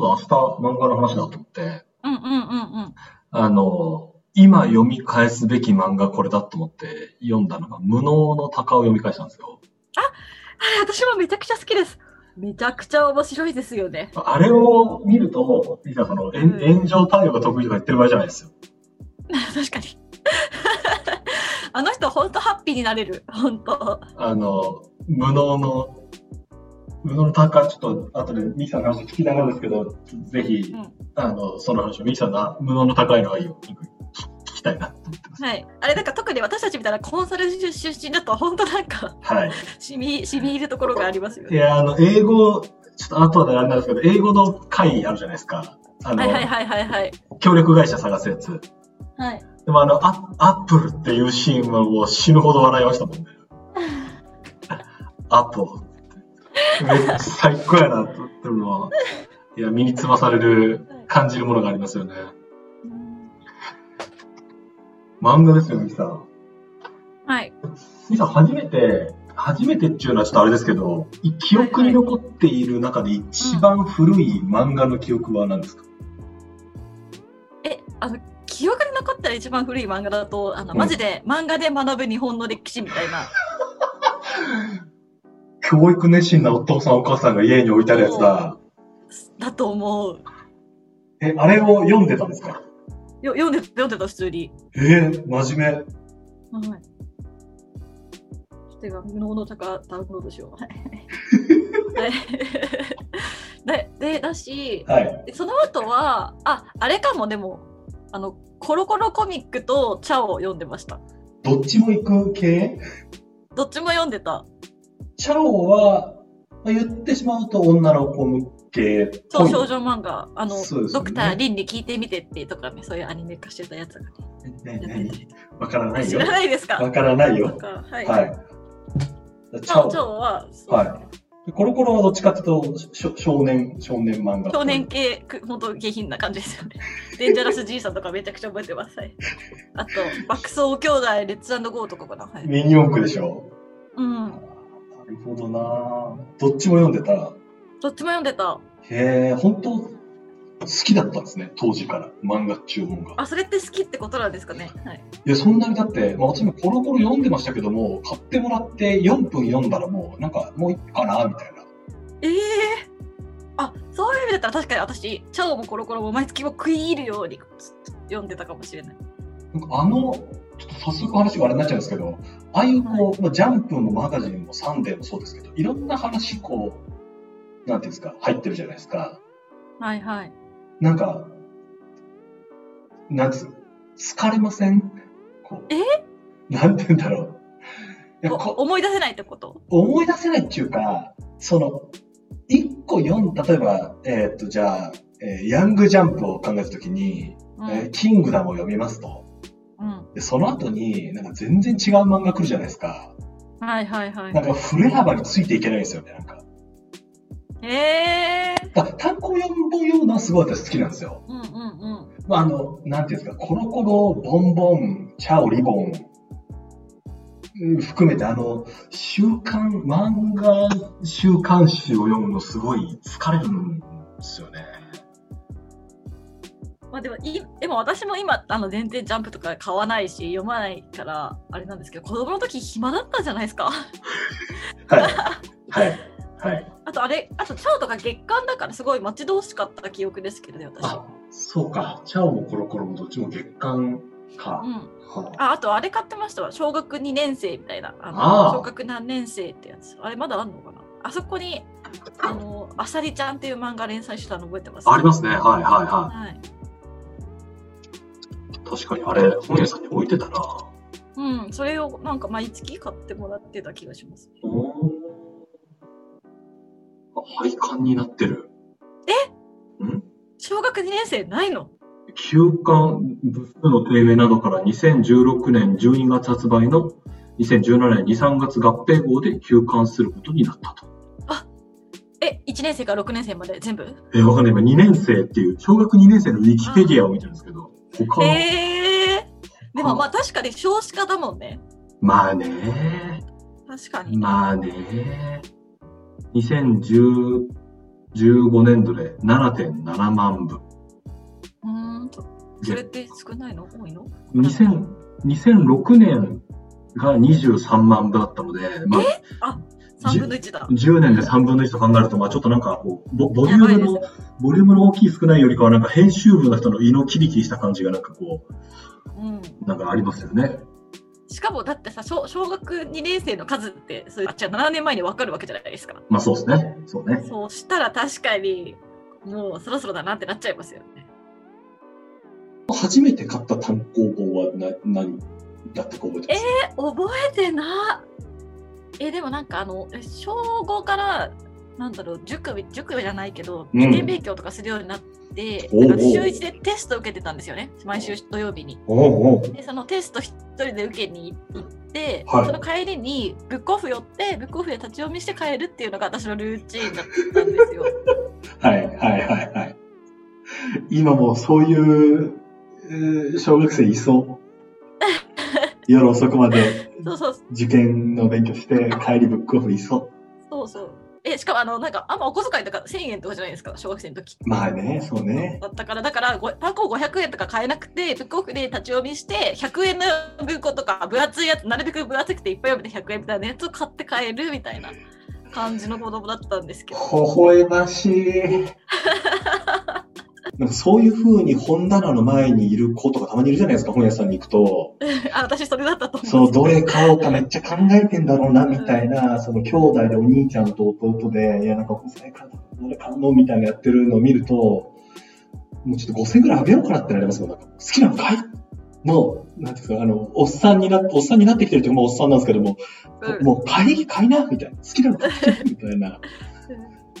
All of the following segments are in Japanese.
漫画の話だと思って、うんうんうんあの、今読み返すべき漫画これだと思って読んだのが、無能の鷹を読み返したんですよ。あ私もめちゃくちゃ好きです。めちゃくちゃ面白いですよね。あれを見ると、いやその、炎炎上対応が得意とか言ってる場合じゃないですよ。 確かに。 あの人本当ハッピーになれる。本当。あの、無能の、無能の鷹、ちょっと後でミキさんの話聞きながらですけど、ぜひう、ん、あの、その話をミキさんの無能の高いのがいいよ聞聞きたいなと思ってます。はい。あれなんか特に私たちみたいなコンサル出身だと本当なんかはい。染み染み入るところがありますよいね。や、あの、英語、ちょっと後であれなんですけど、英語の会あるじゃないですか。あの、はいはいはいはいはい。協力会社探すやつ。はい。でもあの、アアップルっていうシーンはもう死ぬほど笑いました もんね。アップル。めっちゃ最高やなと思ってるのは。いや、身につまされる、感じるものがありますよね。漫画ですよ、ミキさん。はい。ミキさん、初めて、初めてっていうのはちょっとあれですけど、い記憶に残っている中で一番古い漫画の記憶は何ですか、え、あの、記憶に残ったら一番古い漫画だと、あの、うんマジで漫画で学ぶ日本の歴史みたいな。教育熱心なお父さんお母さんが家に置いてあるやつだ。だと思う。え、あれを読んでたんですかよ読んで読んでた、普通に。えー、真面目。はい。ちょっと今、無能の高ダウンロードしよう。はい。はいで、で、だし、はい。でその後は、あ、あれかも、でも、あの、コロコロコミックとチャオを読んでました。どっちも行く系どっちも読んでた。チャオは、まあ、言ってしまうと女の子向けっぽ超い。少女漫画、あの、そうですよドねクター・リンに聞いてみてってとかね、そういうアニメ化してたやつがね、ねやってねてわからない知よら。ないですかわからないなんよ。かはい。はい。チチャャオオ、チャオは、はでコロコロはどっちかっていうとしょ少年、少年漫画。少年系、く本当下品な感じですよね。デンジャラス爺さんとかめちゃくちゃ覚えてます。はい、あと、爆走兄弟、レッツゴーとかかな。はい、ミニ四駆でしょ。うん。なるほどなぁどっちも読んでた。どっちも読んでた。へえ、本当好きだったんですね、当時から。漫画注文が。あ、それって好きってことなんですかね。はい。いや、そんなにだって、まあ、私もコロコロ読んでましたけども、買ってもらって4分読んだらもう、なんか、もういいかなみたいな。ええあ、そういう意味だったら確かに私、チャオもコロコロも毎月も食い入るように読んでたかもしれない。なんかあの、ちょっと早速話があれになっちゃうんですけど、ああいうこう、まあジャンプもマガジンもサンデーもそうですけど、いろんな話こう、なんていうんですか、入ってるじゃないですか。はいはい。なんか、なんていうんですか、疲れませんこう。えなんて言うんだろう。いやおこ思い出せないってこと思い出せないっていうか、その、一個読ん、例えば、えーっと、じゃあ、えーヤングジャンプを考えたときに、うん。えーキングダムを読みますと。うん。で、その後に、なんか全然違う漫画来るじゃないですか。はいはいは。ないんか触れ幅についていけないんですよね、なんか。ええー。だから単行読むようなすごい私好きなんですよ。うんうんうん。まあ、あの、なんていうんですか、コロコロ、ボンボン、チャオリボン、うん含めて、あの、週刊、漫画週刊誌を読むのすごい疲れるんですよね。まあでもいでも私も今あの全然ジャンプとか買わないし読まないからあれなんですけど子供の時暇だったじゃないですか はい。はい。はい。あとあれあとチャオとか月刊だからすごい待ち遠しかった記憶ですけどね私あ、そうか。チャオもコロコロもどっちも月刊かう。ん、はあああとあれ買ってましたわ小学2年生みたいなあのああ小学何年生ってやつあれまだあんのかなあそこにあのあさりちゃんっていう漫画連載してたの覚えてますありますね。はいはいははい。い、確かにあれ、本屋さんに置いてたな。うん、それをなんか毎月買ってもらってた気がしますおーあ配管になってる。えん小学2年生ないの休刊部数の低迷などから2016年12月発売の2017年2、3月合併号で休刊することになったと。え1年生から6年生まで全部えー、わかんない。今2年生っていう、小学2年生のウィキペディアを見てるんですけど、他の、へえでもまあ確かに少子化だもんね。まあね確かに。まあね2010 15年度で7.7万部。うーんと、それっで、て少ないの多いの2000 2006年が23万部だったので、まあ、 ?3 分の1だ。 10年で3分の1と考えると、まあ、ちょっとなんかこうボ、ボリュームやばいの、ボリュームの大きい少ないよりかは、なんか編集部の人の胃のキリキリした感じがなんかこうん。う、なんかありますよね。しかもだってさ、小小学2年生の数って、それあ違う7年前に分かるわけじゃないですか。まあそうですね。そうね。そうしたら確かに、もうそろそろだなってなっちゃいますよね。初めて買った単行本はな何だったか覚えてますえ、覚えてなえ、でもなんかあの、え小5から、なんだろう、塾、塾じゃないけど、うん受験勉強とかするようになって、おうおうなんか週1でテスト受けてたんですよね。毎週土曜日に。おうおうでそのテスト一人で受けに行って、はいその帰りにブックオフ寄ってブックオフで立ち読みして帰るっていうのが私のルーチンだったんですよ。はいはいはいはい。今もうそういう、えー小学生い そう。夜遅くまでそうそう受験の勉強して帰りブックオフいそそうそう。えしかもあのなんかあんまお小遣いとか1000円とかじゃないですか小学生の時う。まあね、そうね。だったからだからご単行500円とか買えなくてブックオフで立ち読みして100円の文庫とか分厚いやつなるべく分厚くていっぱい読めて100円みたいなやつを買って帰るみたいな感じの子供だったんですけど。微笑ましい。なんかそういう風に本棚の前にいる子とかたまにいるじゃないですか、本屋さんに行くと。あ私それだったと思う。そう、どれ買おうかめっちゃ考えてんだろうな、みたいな、その兄弟でお兄ちゃんと弟で、いや、なんかこれ買うどれ買うのみたいなやってるのを見ると、もうちょっと5000ぐらいあげようかなってなりますもん、なんか。好きなの買いの、なんていうんですか、あの、おっさんになって、おっさんになってきてるというか、もうおっさんなんですけども、うんもう買い、買いな、みたいな。好きな の買って、みたいな。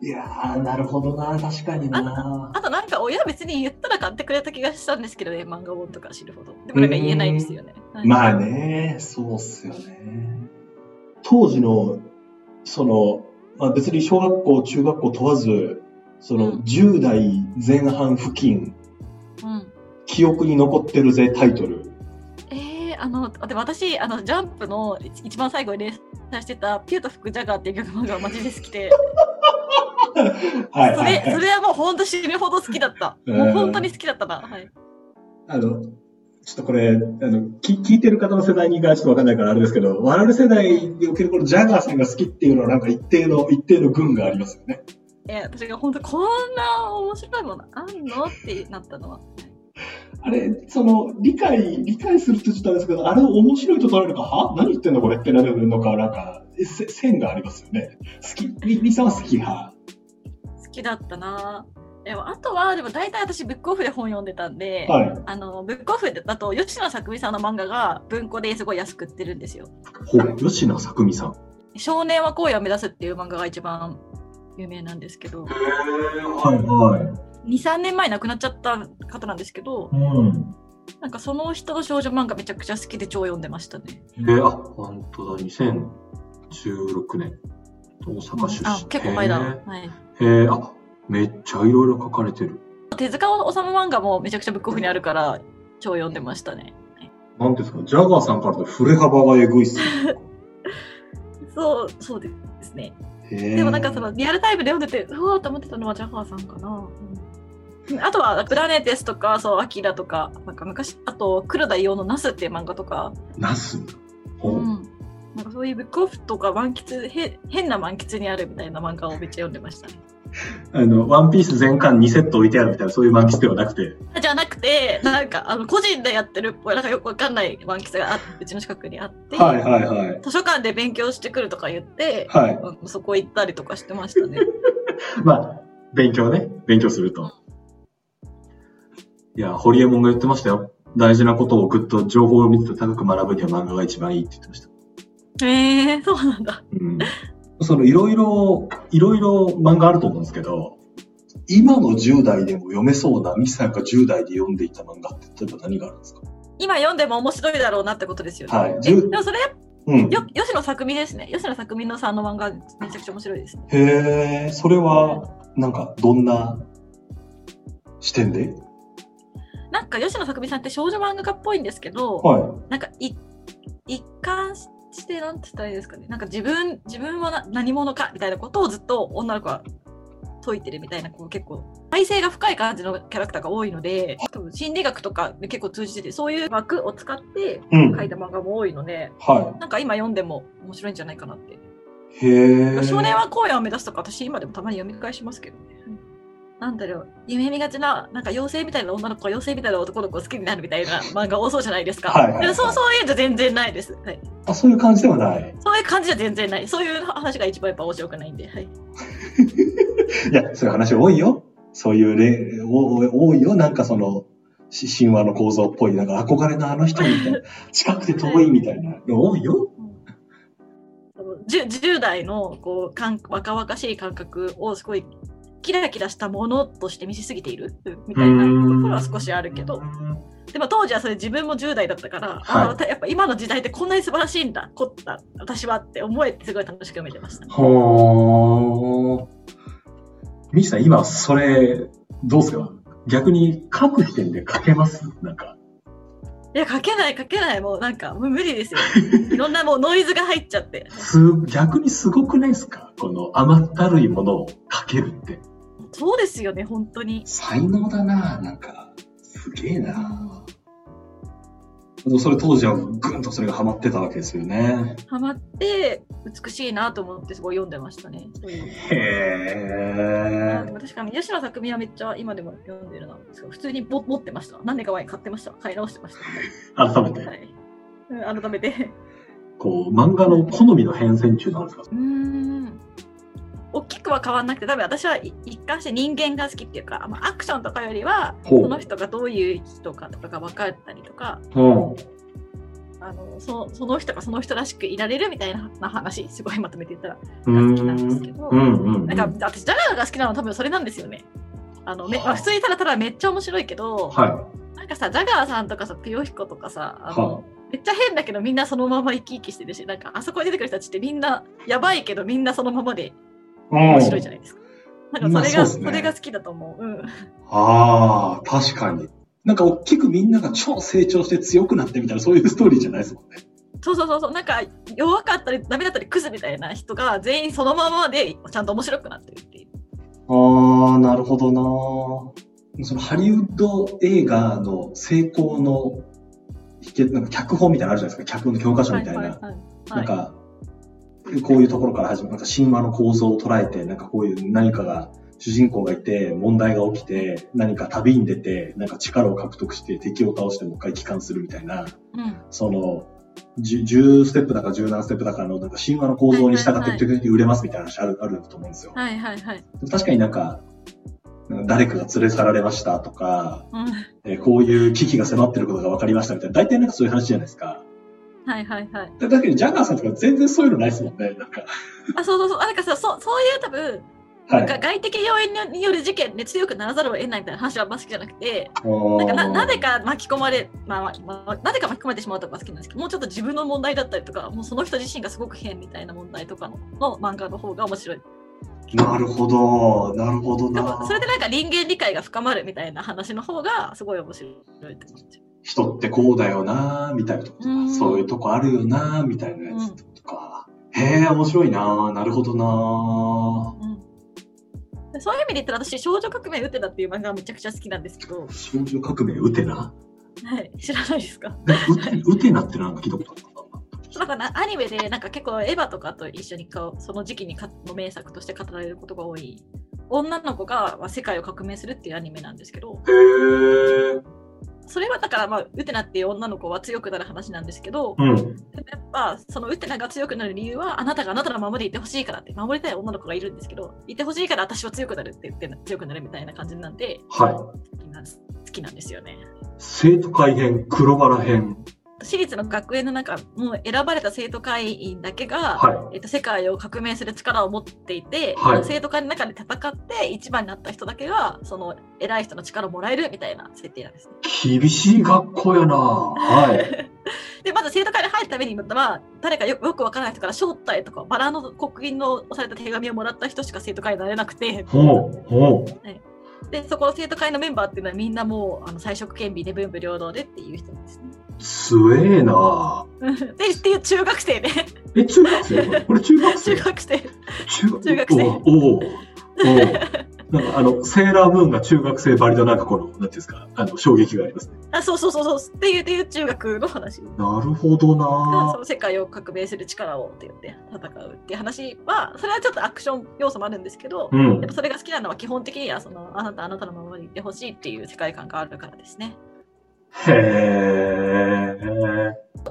いやー、なるほどな、確かにな。あとなんか親別に言ったら買ってくれた気がしたんですけどね、漫画本とか知るほど。でもなんか言えないですよね。はいまあね、そうっすよね。当時の、その、まあ、別に小学校、中学校問わず、その、うん10代前半付近、うん、記憶に残ってるぜ、タイトル。えー、あの、でも私、あの、ジャンプの一一番最後に連載してた、ピューとフクジャガーっていう曲がマジで好きで、はい、そはい、れ、そはい。れはもう本当死ぬほど好きだった。うんもう本当に好きだったな。はい。あの、ちょっとこれ、あの、き聞いてる方の世代にがちょっとわかんないからあれですけど、我々世代におけるこのジャガーさんが好きっていうのはなんか一定の、一定の群がありますよね。えー、私が本当こんな面白いものあんのってなったのは。あれ、その、理解、理解するとちょっとあれですけど、あれを面白いと捉えるのか、は何言ってんのこれってなるのか、なんか、せ線がありますよね。好き、み、みさんは好き派。好きだったな。でもあとは、でも大体私、ブックオフで本読んでたんで、はい。あのブックオフだと吉野作美さんの漫画が文庫ですごい安く売ってるんですよ。ほう、吉野作美さん。へ少年は恋を目指すっていう漫画が一番有名なんですけど、え、はいは2、3年前亡くなっちゃった方なんですけど、い。うん。なんかその人の少女漫画めちゃくちゃ好きで超読んでましたね。え、あ、本当だ、2016年。大阪出あ、結構前だ。はい。へえ、あ、めっちゃいろいろ書かれてる。手塚治虫漫画もめちゃくちゃブックオフにあるから超読んでましたね。なんていうんですか、ジャガーさんからの振れ幅がえぐいっすね。そう、そうですね。 へえでもなんかそのリアルタイムで読んでて、うわーと思ってたのはジャガーさんかな。うんあとは、プラネテスとか、そう、アキラとか、なんか昔、あと、黒田伊代のナスっていう漫画とか、ナス。ほうう。ん、なんかそういうブックオフとか満喫へ、変な満喫にあるみたいな漫画をめっちゃ読んでましたね。あの、ワンピース全巻2セット置いてあるみたいな、そういう満喫ではなくて。じゃなくて、なんか、あの、個人でやってるっぽい、なんかよくわかんない満喫があうちの近くにあって、はいはいはい。図書館で勉強してくるとか言って、はい。うんそこ行ったりとかしてましたね。まあ、勉強ね。勉強すると。いや、ホリエモンが言ってましたよ。大事なことをぐっと情報を見て高く学ぶには漫画が一番いいって言ってました。 へえー、そうなんだ。うん。その、いろいろ、いろいろ漫画あると思うんですけど、今の10代でも読めそうな、ミキさんが10代で読んでいた漫画って、例えば何があるんですか今読んでも面白いだろうなってことですよね。はいえ十でもそれうん。よ吉野作美ですね。吉野作美のさんの漫画めちゃくちゃ面白いですね。へえ、それは、なんか、どんな視点でなんか吉野作美さんって少女漫画家っぽいんですけど、はなんかい一貫してなんて言ったらいいですかね。なんか自分自分はな何者かみたいなことをずっと女の子は解いてるみたいなこう結構体性が深い感じのキャラクターが多いので多分心理学とかで結構通じててそういう枠を使ってうん。書はいた漫画も多いのでい。なんか今読んでも面白いんじゃないかなって。へえ。少年は荒野を目指すとか私今でもたまに読み返しますけどね。なんだろう夢見がちななんか妖精みたいな女の子が妖精みたいな男の子を好きになるみたいな漫画多そうじゃないですか。はいはいはいでもそうそういうんじゃ全然ないです、はい。あ、そういう感じではない。そういう感じじゃ全然ない。そういう話が一番やっぱ面白くないんで。はい、いや、そういう話多いよ。そういう例、お多いよ。なんかその、し神話の構造っぽい、なんか憧れのあの人みたいな、近くて遠いみたいなの多いよ。あの 10, 10代のこうかん若々しい感覚をすごいキラキラしたものとして見せすぎているみたいなところは少しあるけど。でも当時はそれ自分も10代だったから、あはいあたやっぱ今の時代ってこんなに素晴らしいんだ、こった、私はって思えてすごい楽しく読めてました。はあ。ミキさん、今、それ、どうですか逆に、書く時点で書けますなんか。いや、書けない書けない、もうなんかもう無理 ですよ。いろんなもうノイズが入っちゃって。す、逆にすごくないですかこの甘ったるいものを書けるって。そうですよね、本当に。才能だななんか、すげえなでもそれ当時はぐんとそれがハマってたわけですよね。ハマって、美しいなと思ってすごい読んでましたね。そういうへあえで。も確かに、吉野作品はめっちゃ今でも読んでるな。そう普通にぼ持ってました。何年か前に買ってました。買い直してました。改めはて、い。うん改めて。こう、漫画の好みの変遷中なんですかうーん大きくは変わんなくて多分私はい一貫して人間が好きっていうか、まあ、アクションとかよりはほうその人がどういう人かとかが分かったりとかうん。あのそその人がその人らしくいられるみたいなな話すごいまとめて言ったらうん。好きなんですけどうんうん。なんか私ジャガーが好きなのは多分それなんですよね。あのめはあまあ普通にただただめっちゃ面白いけど、はなんかさジャガーさんとかさピヨヒコとかさあの、はめっちゃ変だけどみんなそのまま生き生きしてるしなんかあそこに出てくる人たちってみんなやばいけどみんなそのままでい。面白いじゃゃん。ないですか。なんかそれが、まあそうっそすねれが好きだと思う。うん。ああ、確かに。なんか大きくみんなが超成長して強くなってみたいな、そういうストーリーじゃないですもんね。そうそうそうそう。なんか弱かったりダメだったりクズみたいな人が全員そのままでちゃんと面白くなってるっていう。ああ、なるほどな。そのハリウッド映画の成功の秘訣、なんか脚本みたいなのあるじゃないですか。脚本の教科書みたいな。はいなんか、こういうところから始まる。なんか神話の構造を捉えて、なんかこういう何かが、主人公がいて、問題が起きて、何か旅に出て、なんか力を獲得して敵を倒してもう一回帰還するみたいな。うん。その、じゅ10ステップだか10何ステップだかの、なんか神話の構造に従ってはいはいはい時々売れますみたいな話あるあると思うんですよ。はいはいはい。でも確かになんか、なんか誰かが連れ去られましたとか、うん。えーこういう危機が迫ってることが分かりましたみたいな、大体なんかそういう話じゃないですか。はいはいはい。でだけど、ジャガーさんとか全然そういうのないですもんね、なんか。あ、そうそうそう。あなんかさ、そうそういう多分、はい。 なんか外的要因による事件で強くならざるを得ないみたいな話はあんま好きじゃなくて、ななんかななぜか巻き込まれ、まあまあまあ、なぜか巻き込まれてしまうとか好きなんですけど、もうちょっと自分の問題だったりとか、もうその人自身がすごく変みたいな問題とかのの漫画の方が面白い。なるほど、なるほどでもなそ。れでなんか人間理解が深まるみたいな話の方がすごい面白いって思っちゃ人ってこうだよな、みたいなとことうか、んそういうとこあるよな、みたいなやつとか。へえ、面白いな、なるほどな。う、うんでそういう意味で言ったら私「少女革命ウテナ」っていう漫画がめちゃくちゃ好きなんですけど、少女革命ウテナはい、知らないですかでウ テウテナってなんか聞いたことあったななんかなアニメでなんか結構エヴァとかと一緒にこうその時期にかの名作として語られることが多い女の子がまあ世界を革命するっていうアニメなんですけどへーそれはだから、まあ、ウテナっていう女の子は強くなる話なんですけど、うん。でもやっぱそのウテナが強くなる理由はあなたがあなたのままでいてほしいからって守りたい女の子がいるんですけどいてほしいから私は強くなるって言って強くなるみたいな感じなんでは好きなんです好きなんですよねい。生徒会編、黒バラ編。私立の学園の中もう選ばれた生徒会員だけが、はえっと、世界を革命する力を持っていて、はい生徒会の中で戦って一番になった人だけがその偉い人の力をもらえるみたいな設定なんですねい。厳しい学校やな。はい。でまず生徒会に入るためにまあ誰かよよくわからない人から招待とかバラの刻印の押された手紙をもらった人しか生徒会になれなくて ほう、ほう。でそこの生徒会のメンバーっていうのはみんなもうあの才色兼備で文武両道でっていう人なんですね。すえな。 でっていう中学生でえ、 中学生これ中学中生学生中中学生おおおおなんかあの、セーラームーンが中学生ばりのなんかこの、なんていうんですか、あの、衝撃がありますね。あそうそうそうそうっていうっていう中学の話なるほどがなその世界を革命する力をって言って戦うっていう話はそれはちょっとアクション要素もあるんですけど、うやんっ。ぱそれが好きなのは基本的にはそのあなたあなたのままにいてほしいっていう世界観があるからですねへえ。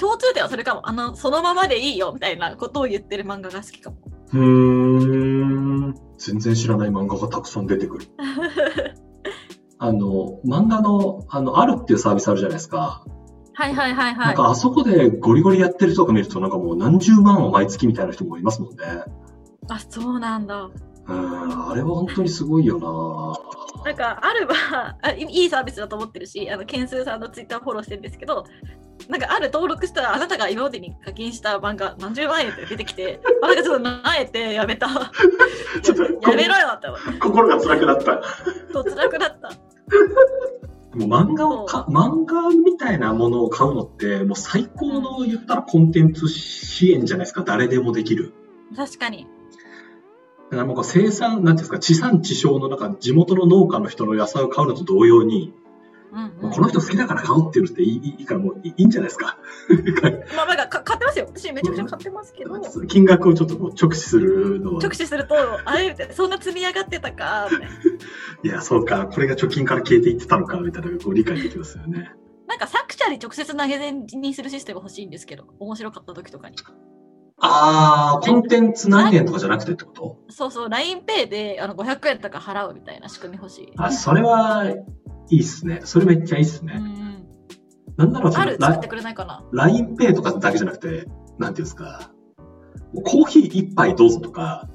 共通点はそれかもあのそのままでいいよみたいなことを言ってる漫画が好きかもうーん。全然知らない漫画がたくさん出てくる。あの、漫画の、あの、あるっていうサービスあるじゃないですか。 はいはいはいなはんいかあそこでゴリゴリやってる人とか見ると、なんかもう何十万を毎月みたいな人もいますもんね。あそうなんだうん、あれは本当にすごいよななんかあるはあいいいサービスだと思ってるしあのケンスーさんのツイッターフォローしてるんですけどなんかある登録したらあなたが今までに課金した漫画何十万円って出てきてあなんかちょっとなえてやめたや ちょっとめろよって思っ心が辛くなった。てと辛くなったもう漫画をか、漫画みたいなものを買うのって、もう最高の言ったらコンテンツ支援じゃないですか。誰でもできる。確かにだからもうこう生産、なんていうんですか、地産地消の中、地元の農家の人の野菜を買うのと同様に、うん、うもんう、この人好きだから買おうっていうのっていいいいからもういいんじゃないですか。まあなんかか買ってますよ私めちゃくちゃ買ってますけど金額をちょっとこう直視するのは。直視するとあれみたいなそんな積み上がってたかみたいないや、そうか、これが貯金から消えていってたのか、みたいなのがこう理解できますよね。なんか作者に直接投げ銭にするシステム欲しいんですけど面白かった時とかにあー、コンテンツ何円とかじゃなくてってことそうそう LINEPay であの500円とか払うみたいな仕組み欲しいあ、それは、いいっすね。それめっちゃいいっすうんうね。んなんならそあのる、作ってくれないかな。ラ LINEPay とかだけじゃなくて、なんていうんですか、もうコーヒー一杯どうぞとか、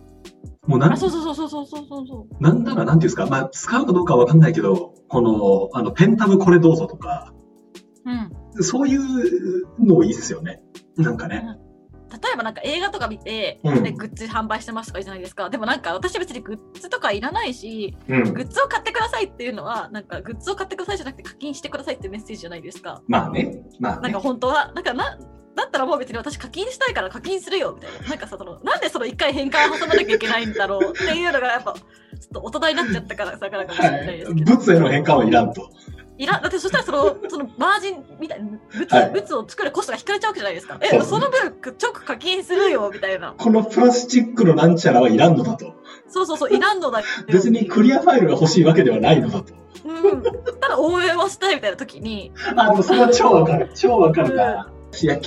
もうなんあ、そうそうそうそうそうそうそう。なんなら、なんていうんですか、まあ、使うかどうかはわかんないけど、この、あの、ペンタブこれどうぞとか、うん。そういうのもいいですよね。なんかね。例えばなんか映画とか見て、うんでグッズ販売してますとかいいじゃないですか。でもなんか私別にグッズとかいらないし、うんグ。ッズを買ってくださいっていうのは、なんかグッズを買ってくださいじゃなくて課金してくださいってメッセージじゃないですか。まあね。まあなんねか。本当は、なんかな、だったらもう別に私課金したいから課金するよみたいな。なんかさ、その、なんでその一回変換挟まなきゃいけないんだろうっていうのがやっぱ、ちょっと大人になっちゃったからさ、からかもしれないですけど。物への変換はいらんと。いらだってそしたらそのそのマージンみたいな物,、はい物を作るコストが引かれちゃうわけじゃないですか。そうえ、ですねその分直課金するよみたいな。このプラスチックのなんちゃらはいらんのだと。そうそうそう、いらんのだよ別にクリアファイルが欲しいわけではないのだと。うん。ただ応援はしたいみたいな時に、あ、でもそれは超わかる。超わかるな。野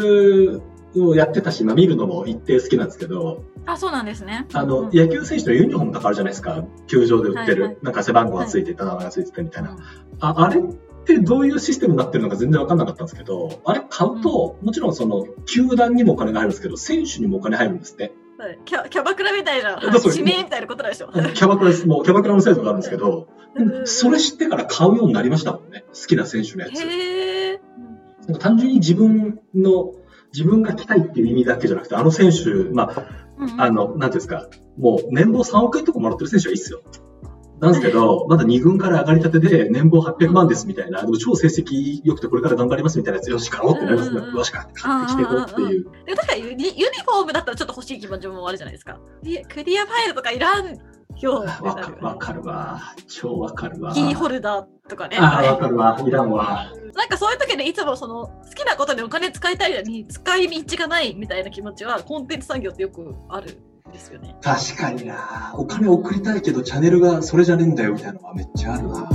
球をやってたし、まあ、見るのも一定好きなんですけど、あ、そうなんですね。あうんの、野球選手のユニフォームとかあるじゃないですか。球場で売ってる。はいはなんか背番号がついてて、名前がついててみたいな。ああれってどういうシステムになってるのか全然わかんなかったんですけど、あれ買うと、もちろんその、球団にもお金が入るんですけど、選手にもお金入るんですって。はいキャキャバクラみたいなだそう指名みたいなことなんでしょ。キャバクラです。もうキャバクラの制度があるんですけど、うんそれ知ってから買うようになりましたもんね。好きな選手のやつ。へえ。なんか単純に自分の、自分が来たいっていう意味だけじゃなくて、あの選手、まあ、うんうんあの、なんていうんですか、もう年俸3億円とかもらってる選手はいいっすよ。なんですけ ど、まだ2軍から上がりたてで年俸800万ですみたいな、でも超成績良くてこれから頑張りますみたいなやつ、よし、買おうってなりますねうんうんうんよし、買って買ってきていこうっていう。でも確かにユニユニフォームだったらちょっと欲しい気持ちもあるじゃないですか。でクリアファイルとかいらんよ。わかる、わかるわ。超わかるわ。キーホルダーとかね。ああ、わかるわ。いらんわ。なんかそういう時にいつもその好きなことにお金使いたいのに使い道がないみたいな気持ちはコンテンツ産業ってよくあるんですよね。確かにな。お金送りたいけど、チャンネルがそれじゃねえんだよみたいなのはめっちゃあるな。